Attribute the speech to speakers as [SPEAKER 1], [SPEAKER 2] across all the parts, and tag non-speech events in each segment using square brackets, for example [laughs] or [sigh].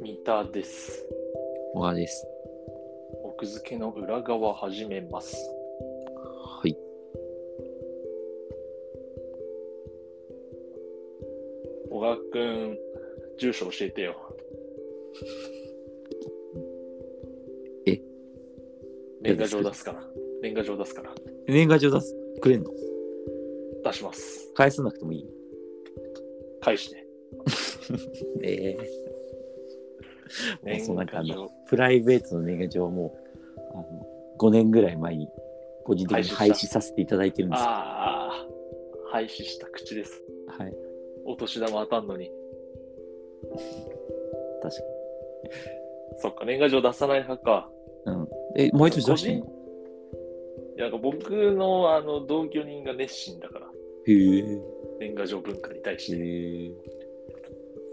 [SPEAKER 1] 三田です。
[SPEAKER 2] 小川です。
[SPEAKER 1] 奥付けの裏側始めます。
[SPEAKER 2] はい。
[SPEAKER 1] 小川くん、住所教えてよ。
[SPEAKER 2] え
[SPEAKER 1] 年賀状出すから。年賀状出すから。
[SPEAKER 2] 年賀状出す、くれんの
[SPEAKER 1] 出します。
[SPEAKER 2] 返さなくてもいい
[SPEAKER 1] 返して。
[SPEAKER 2] ええ
[SPEAKER 1] 年
[SPEAKER 2] そう
[SPEAKER 1] 賀
[SPEAKER 2] なんかあの
[SPEAKER 1] 状。
[SPEAKER 2] プライベートの年賀状はもう、あの、5年ぐらい前に、個人的に
[SPEAKER 1] 廃止
[SPEAKER 2] 廃
[SPEAKER 1] し
[SPEAKER 2] 止させていただいてるんです
[SPEAKER 1] ああ、廃止した口です。
[SPEAKER 2] けど、はい。
[SPEAKER 1] お年玉当たんのに。
[SPEAKER 2] 確か
[SPEAKER 1] そっか、年賀状出さない派か。
[SPEAKER 2] に。うん。え、毎年出してんの
[SPEAKER 1] いやなんか僕のあの同居人が熱心だから、
[SPEAKER 2] へえ。
[SPEAKER 1] 年賀状文化に対して。
[SPEAKER 2] へえ。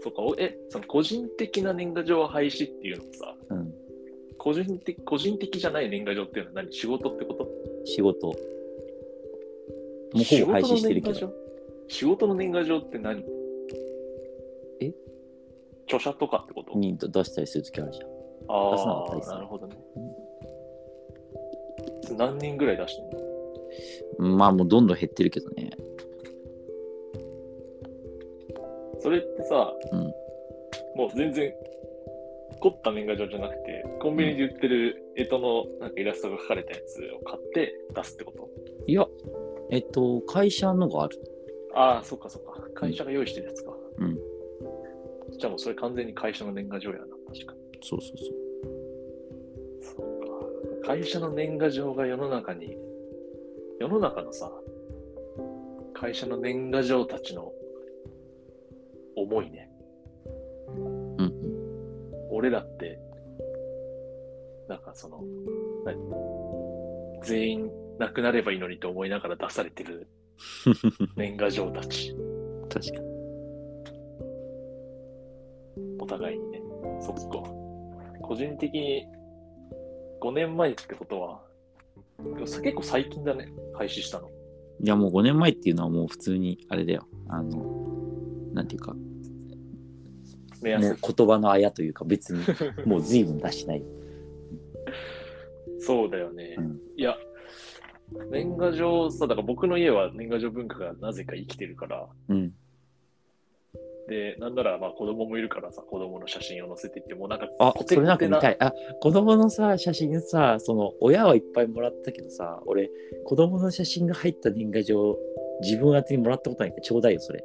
[SPEAKER 1] そうか、おえ、その個人的な年賀状廃止っていうのもさ、
[SPEAKER 2] うん。
[SPEAKER 1] 個人的個人的じゃない年賀状っていうのは何仕事ってこと
[SPEAKER 2] 仕事。もうほぼ廃止してるけ
[SPEAKER 1] 仕事
[SPEAKER 2] ど。
[SPEAKER 1] の年賀状仕事の年賀状って何
[SPEAKER 2] え
[SPEAKER 1] 著者とかってこと
[SPEAKER 2] に出したりするときあるじゃん。出さなかった
[SPEAKER 1] あ
[SPEAKER 2] りす
[SPEAKER 1] あ、
[SPEAKER 2] る
[SPEAKER 1] なるほどね。何人ぐらい出してんの
[SPEAKER 2] まあもうどんどん減ってるけどね。
[SPEAKER 1] それってさ、
[SPEAKER 2] うん
[SPEAKER 1] もう全然凝った年賀状じゃなくてコンビニで売ってる干支のなんかイラストが描かれたやつを買って出すってこと
[SPEAKER 2] いや、えっと、会社のがある。
[SPEAKER 1] ああそっかそっか会社が用意してるやつか
[SPEAKER 2] うん
[SPEAKER 1] じゃあもうそれ完全に会社の年賀状やな確か
[SPEAKER 2] そうそうそう。
[SPEAKER 1] にそうか会社の年賀状が世の中に世の中のさ会社の年賀状たちの思いね
[SPEAKER 2] うんうん。
[SPEAKER 1] 俺らって、なんかその、何全員亡くなればいいのにと思いながら出されてる
[SPEAKER 2] [laughs]
[SPEAKER 1] 年賀状たち、
[SPEAKER 2] 確かに。
[SPEAKER 1] お互いにね。そっか。個人的に5年前ってことは、でもさ結構最近だね、廃止したの。
[SPEAKER 2] いやもう5年前っていうのはもう普通にあれだよ。あの、なんていうか、も
[SPEAKER 1] 目安。
[SPEAKER 2] う言葉のあやというか別 [laughs] にもう随分出してない。
[SPEAKER 1] そうだよね。
[SPEAKER 2] うん
[SPEAKER 1] いや、年賀状さ、だから僕の家は年賀状文化がなぜか生きてるから、
[SPEAKER 2] うん。
[SPEAKER 1] で、なんならまあ子供もいるからさ、子供の写真を載せていって、もうなんか
[SPEAKER 2] あ、
[SPEAKER 1] コテ
[SPEAKER 2] それなんか
[SPEAKER 1] コテ
[SPEAKER 2] 見たい。あ、子供のさ、写真さ、その親はいっぱいもらったけどさ、俺、子供の写真が入った年賀状、自分宛てにもらったことないからちょうだいよ、それ。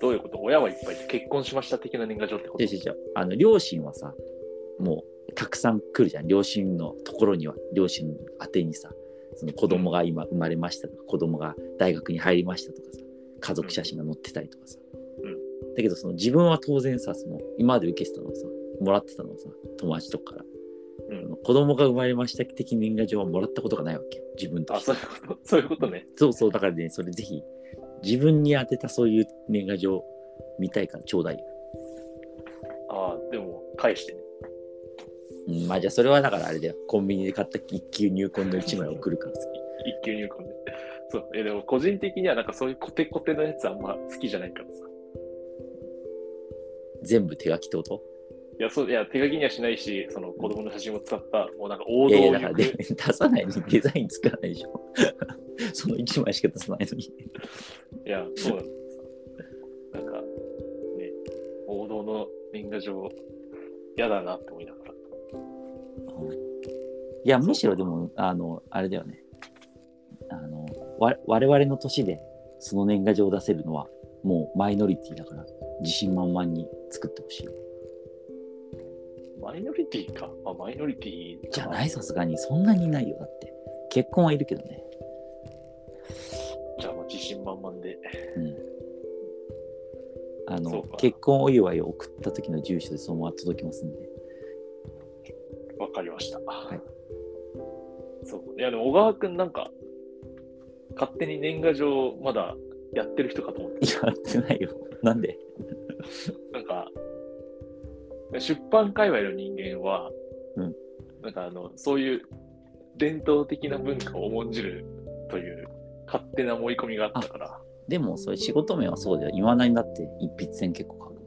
[SPEAKER 1] どういうこと親はいっぱいで結婚しました的な年賀状ってこと
[SPEAKER 2] 違う違う違うあの、両親はさ、もうたくさん来るじゃん。両親のところには、両親宛てにさ、その子供が今生まれましたとか、子供が大学に入りましたとかさ、家族写真が載ってたりとかさ。
[SPEAKER 1] うん
[SPEAKER 2] だけど、その自分は当然さ、その今まで受けてたのをさ、もらってたのをさ、友達とかから。
[SPEAKER 1] うん
[SPEAKER 2] その子供が生まれました的年賀状はもらったことがないわけ。自分と
[SPEAKER 1] あ、
[SPEAKER 2] して
[SPEAKER 1] そういうこと、 [laughs] そういうことね。
[SPEAKER 2] そうそう、だからね、それぜひ、自分に当てたそういう年賀状見たいからちょうだいよ。
[SPEAKER 1] ああ、でも、返してね。
[SPEAKER 2] うん、まあじゃあそれはだからあれだよ。コンビニで買った一級入魂の一枚送るからさ。
[SPEAKER 1] 一級入魂で。 [laughs] そう。え、でも、個人的にはなんかそういうコテコテのやつあんま好きじゃないからさ。
[SPEAKER 2] 全部手書きってこと
[SPEAKER 1] いや、そう、いや、手書きにはしないし、その子供の写真を使った、もうなんか王
[SPEAKER 2] い
[SPEAKER 1] 道
[SPEAKER 2] やい
[SPEAKER 1] を
[SPEAKER 2] やだ
[SPEAKER 1] 行
[SPEAKER 2] から
[SPEAKER 1] く
[SPEAKER 2] ね、出さないにデザイン作らないでしょ。 [laughs] その一枚しか出さないのに。
[SPEAKER 1] いや、そうなんだ。なんか、ね、王道の年賀状、嫌だなって思いながら。
[SPEAKER 2] いや、むしろでも、あの、あれだよね。あの、わ我々の年でその年賀状を出せるのはもうマイノリティだから自信満々に作ってほしいよ。
[SPEAKER 1] マイノリティか。まあ、マイノリティか
[SPEAKER 2] じゃないさすがにそんなにいないよ。だって。結婚はいるけどね。
[SPEAKER 1] じゃあ、まあ自信満々で。
[SPEAKER 2] うんあ
[SPEAKER 1] そう
[SPEAKER 2] の
[SPEAKER 1] か
[SPEAKER 2] 結婚お祝いを送った時の住所でそのまま届きますんで。。
[SPEAKER 1] わかりました。はいそう。いや、でも小川くんなんか、勝手に年賀状まだやってる人かと思って、
[SPEAKER 2] やってないよ。なんで
[SPEAKER 1] なんか、出版界隈の人間は、
[SPEAKER 2] うん
[SPEAKER 1] なんかあの、そういう伝統的な文化を重んじるという勝手な思い込みがあったから、
[SPEAKER 2] でも、それ仕事面はそうだよ。今何だって一筆線結構書く。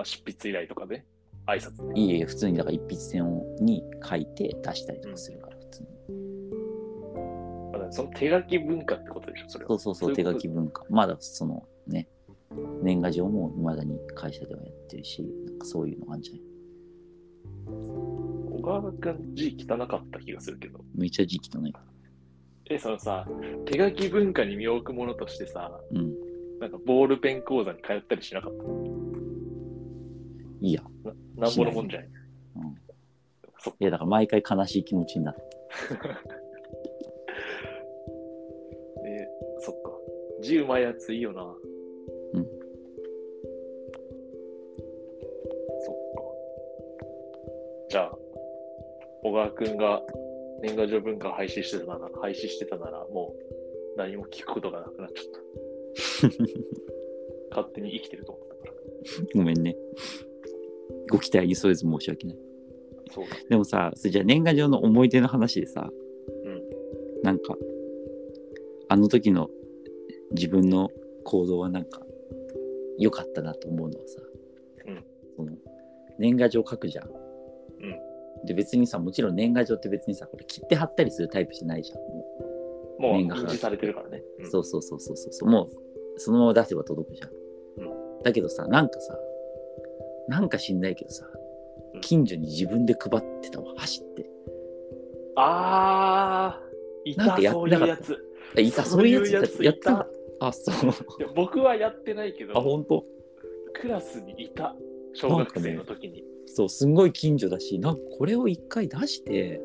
[SPEAKER 1] あ執筆依頼とかで、挨拶で。
[SPEAKER 2] いえいえ、普通にだから一筆線をに書いて出したりとかするから、普通に。
[SPEAKER 1] だからその手書き文化ってことでしょ、それは。
[SPEAKER 2] そうそうそう、
[SPEAKER 1] い
[SPEAKER 2] 手
[SPEAKER 1] こ
[SPEAKER 2] 書
[SPEAKER 1] と
[SPEAKER 2] き文化。まだそのね、年賀状も未だに会社ではやってるし、なんかそういうのあるんじゃない
[SPEAKER 1] 小川君、字汚かった気がするけど。
[SPEAKER 2] めっちゃ時期とね。
[SPEAKER 1] え、そのさ、手書き文化に身を置くものとしてさ、
[SPEAKER 2] うん。
[SPEAKER 1] なんかボールペン講座に通ったりしなかった。
[SPEAKER 2] いいや。
[SPEAKER 1] なんぼのもんじゃない。
[SPEAKER 2] うん、い
[SPEAKER 1] そっか
[SPEAKER 2] や、だから毎回悲しい気持ちになる。
[SPEAKER 1] えーそっか。字うまいやついいよな。
[SPEAKER 2] うん
[SPEAKER 1] そっか。じゃあ、小川くんが年賀状文化を廃止してたなら、廃止してたなら、もう何も聞くことがなくなっちゃ
[SPEAKER 2] [laughs]
[SPEAKER 1] った。勝手に生きてると思ったから。
[SPEAKER 2] ごめんね。ご期待に添えず申し訳ない。
[SPEAKER 1] そうだ。
[SPEAKER 2] でもさ、それじゃあ年賀状の思い出の話でさ、
[SPEAKER 1] うん
[SPEAKER 2] なんか、あの時の自分の行動はなんか、良かったなと思うのはさ、
[SPEAKER 1] うん
[SPEAKER 2] その年賀状書くじゃん。で別にさ、もちろん年賀状って別にさ、これ切って貼ったりするタイプじゃないじゃん。
[SPEAKER 1] も
[SPEAKER 2] も
[SPEAKER 1] う
[SPEAKER 2] 年賀状
[SPEAKER 1] 印字されてるからね。
[SPEAKER 2] う
[SPEAKER 1] うん
[SPEAKER 2] そうそうそうそうそうそう。もう、そのまま出せば届くじゃん。だけどさ、なんかさ、なんか知んないけどさ
[SPEAKER 1] う、ん
[SPEAKER 2] 近所に自分で配ってたわ、走って。
[SPEAKER 1] あー、い
[SPEAKER 2] なん
[SPEAKER 1] た、
[SPEAKER 2] かやっ
[SPEAKER 1] そう
[SPEAKER 2] て
[SPEAKER 1] い
[SPEAKER 2] なか
[SPEAKER 1] う
[SPEAKER 2] った
[SPEAKER 1] やつ。
[SPEAKER 2] えいた、そういうやつ
[SPEAKER 1] い
[SPEAKER 2] やって
[SPEAKER 1] た
[SPEAKER 2] た。あ、そう。
[SPEAKER 1] いや僕はやってないけど
[SPEAKER 2] [laughs] あ、、本当。
[SPEAKER 1] クラスにいた。小学生の時に。
[SPEAKER 2] そう、すんごい近所だし、なんかこれを一回出して、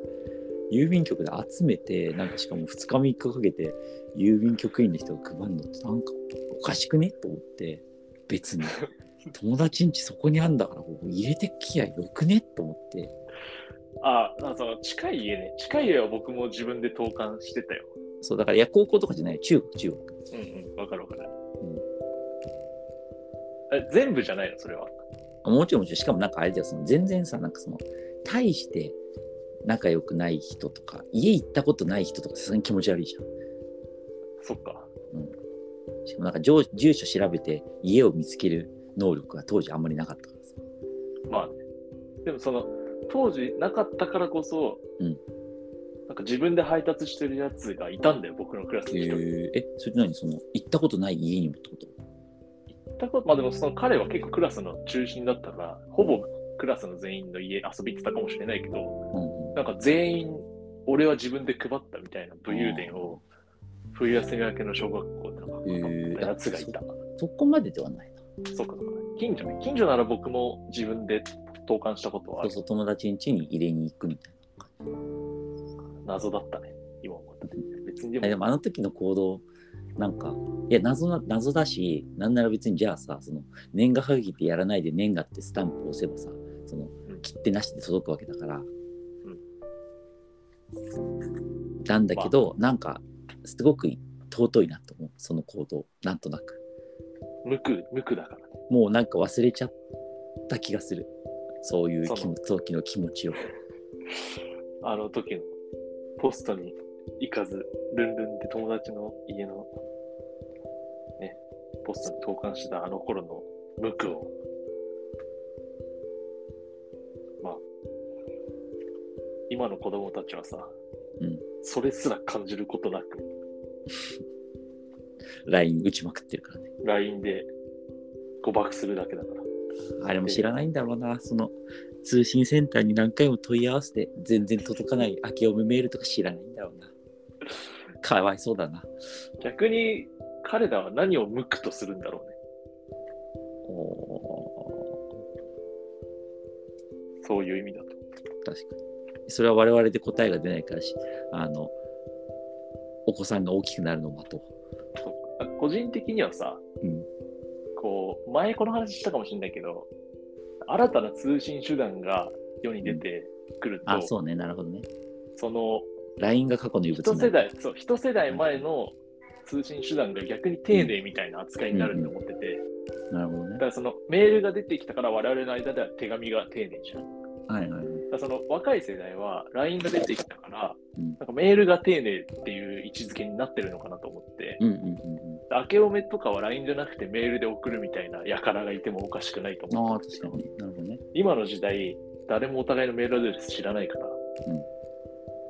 [SPEAKER 2] 郵便局で集めて、なんかしかも2日3日かけて、郵便局員の人が配るのって、なんかおかしくねと思って、別に。 [laughs] 友達ん家そこにあんだから、こう入れてきゃよくねと思って。
[SPEAKER 1] ああ、その近い家ね。近い家は僕も自分で投函してたよ。
[SPEAKER 2] そう、だから、いや、高校とかじゃない、中学、中学。
[SPEAKER 1] うんうん、わかるわかる。え全部じゃないの、それは。
[SPEAKER 2] もちろんもちろんしかもなんかあれだよその全然さなんかその大して仲良くない人とか家行ったことない人とかさすがに気持ち悪いじゃ
[SPEAKER 1] そっか。
[SPEAKER 2] んしかもなんか住住所調べて家を見つける能力が当時あんまりなかったからさ
[SPEAKER 1] まあね。でもその、当時なかったからこそ、
[SPEAKER 2] うん
[SPEAKER 1] なんか自分で配達してるやつがいたんだよ、僕のクラスに一人。行
[SPEAKER 2] えそれって何その行ったことない家にもってこと
[SPEAKER 1] ったこと、まあでもその彼は結構クラスの中心だったから、ほぼクラスの全員の家遊び行ってたかもしれないけど、
[SPEAKER 2] うんうん
[SPEAKER 1] なんか全員、俺は自分で配ったみたいな武勇伝を、冬休み明けの小学校でなんかやつがいた。
[SPEAKER 2] そこまでではないな
[SPEAKER 1] そうかそうか。近所ね。近所なら僕も自分で投函したことはあ
[SPEAKER 2] そう
[SPEAKER 1] る。
[SPEAKER 2] そう友達ん家に入れに行くみたい
[SPEAKER 1] 謎だったね。今思ったね。別にで
[SPEAKER 2] なあで
[SPEAKER 1] も、
[SPEAKER 2] もあの時の行動なんかいや謎な謎だしなんなら別にじゃあさその年賀はぎってやらないで年賀ってスタンプ押せばさその
[SPEAKER 1] うん
[SPEAKER 2] 切ってなしで届くわけだから、なんだけど、なんかすごく尊いなと思うその行動なんとなく
[SPEAKER 1] 無垢、無垢だからね。
[SPEAKER 2] もうなんか忘れちゃった気がするそういう気持時の気持ちを
[SPEAKER 1] あの時のポストに行かず、ルンルンで友達の家の、ね、ポストに投函してたあの頃の無垢を、まあ、今の子供たちはさ、
[SPEAKER 2] うん
[SPEAKER 1] それすら感じることなく、
[SPEAKER 2] LINE 打ちまくってるからね
[SPEAKER 1] LINE で誤爆するだけだから。
[SPEAKER 2] あれも知らないんだろうなその通信センターに何回も問い合わせて全然届かない明けおめメールとか知らないんだろうなかわいそうだな
[SPEAKER 1] 逆に彼らは何を無垢とするんだろうね。
[SPEAKER 2] お
[SPEAKER 1] そういう意味だと。
[SPEAKER 2] ー確かにそれは我々で答えが出ないからしあのお子さんが大きくなるのを待とう
[SPEAKER 1] あ個人的にはさ、
[SPEAKER 2] うん
[SPEAKER 1] こう、前この話したかもしれないけど、新たな通信手段が世に出てくると、
[SPEAKER 2] あそうねなるほどね
[SPEAKER 1] その、
[SPEAKER 2] LINE が過去の遺物
[SPEAKER 1] 一
[SPEAKER 2] にな
[SPEAKER 1] 世
[SPEAKER 2] る
[SPEAKER 1] 代、そう、一世代前の通信手段が逆に丁寧みたいな扱いになると思ってて、
[SPEAKER 2] なるほどね
[SPEAKER 1] だからそのメールが出てきたから我々の間では手紙が丁寧じゃん。
[SPEAKER 2] はいはいはい
[SPEAKER 1] からその若い世代は LINE が出てきたから、
[SPEAKER 2] うん
[SPEAKER 1] なんかメールが丁寧っていう位置づけになってるのかなと思って、
[SPEAKER 2] うんうんうんう
[SPEAKER 1] 明けおめとかは LINE じゃなくてメールで送るみたいな輩がいてもおかしくないと
[SPEAKER 2] ん。あ
[SPEAKER 1] 思
[SPEAKER 2] あ、
[SPEAKER 1] って
[SPEAKER 2] 確かにね。なるほどね。
[SPEAKER 1] 今の時代、誰もお互いのメールアドレス知らないから、
[SPEAKER 2] ん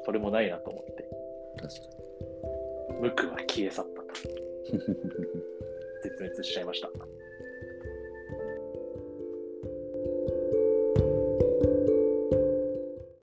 [SPEAKER 1] それもないなと思って、
[SPEAKER 2] 確か
[SPEAKER 1] ムクは消え去ったと
[SPEAKER 2] [laughs] に。
[SPEAKER 1] 絶滅しちゃいました。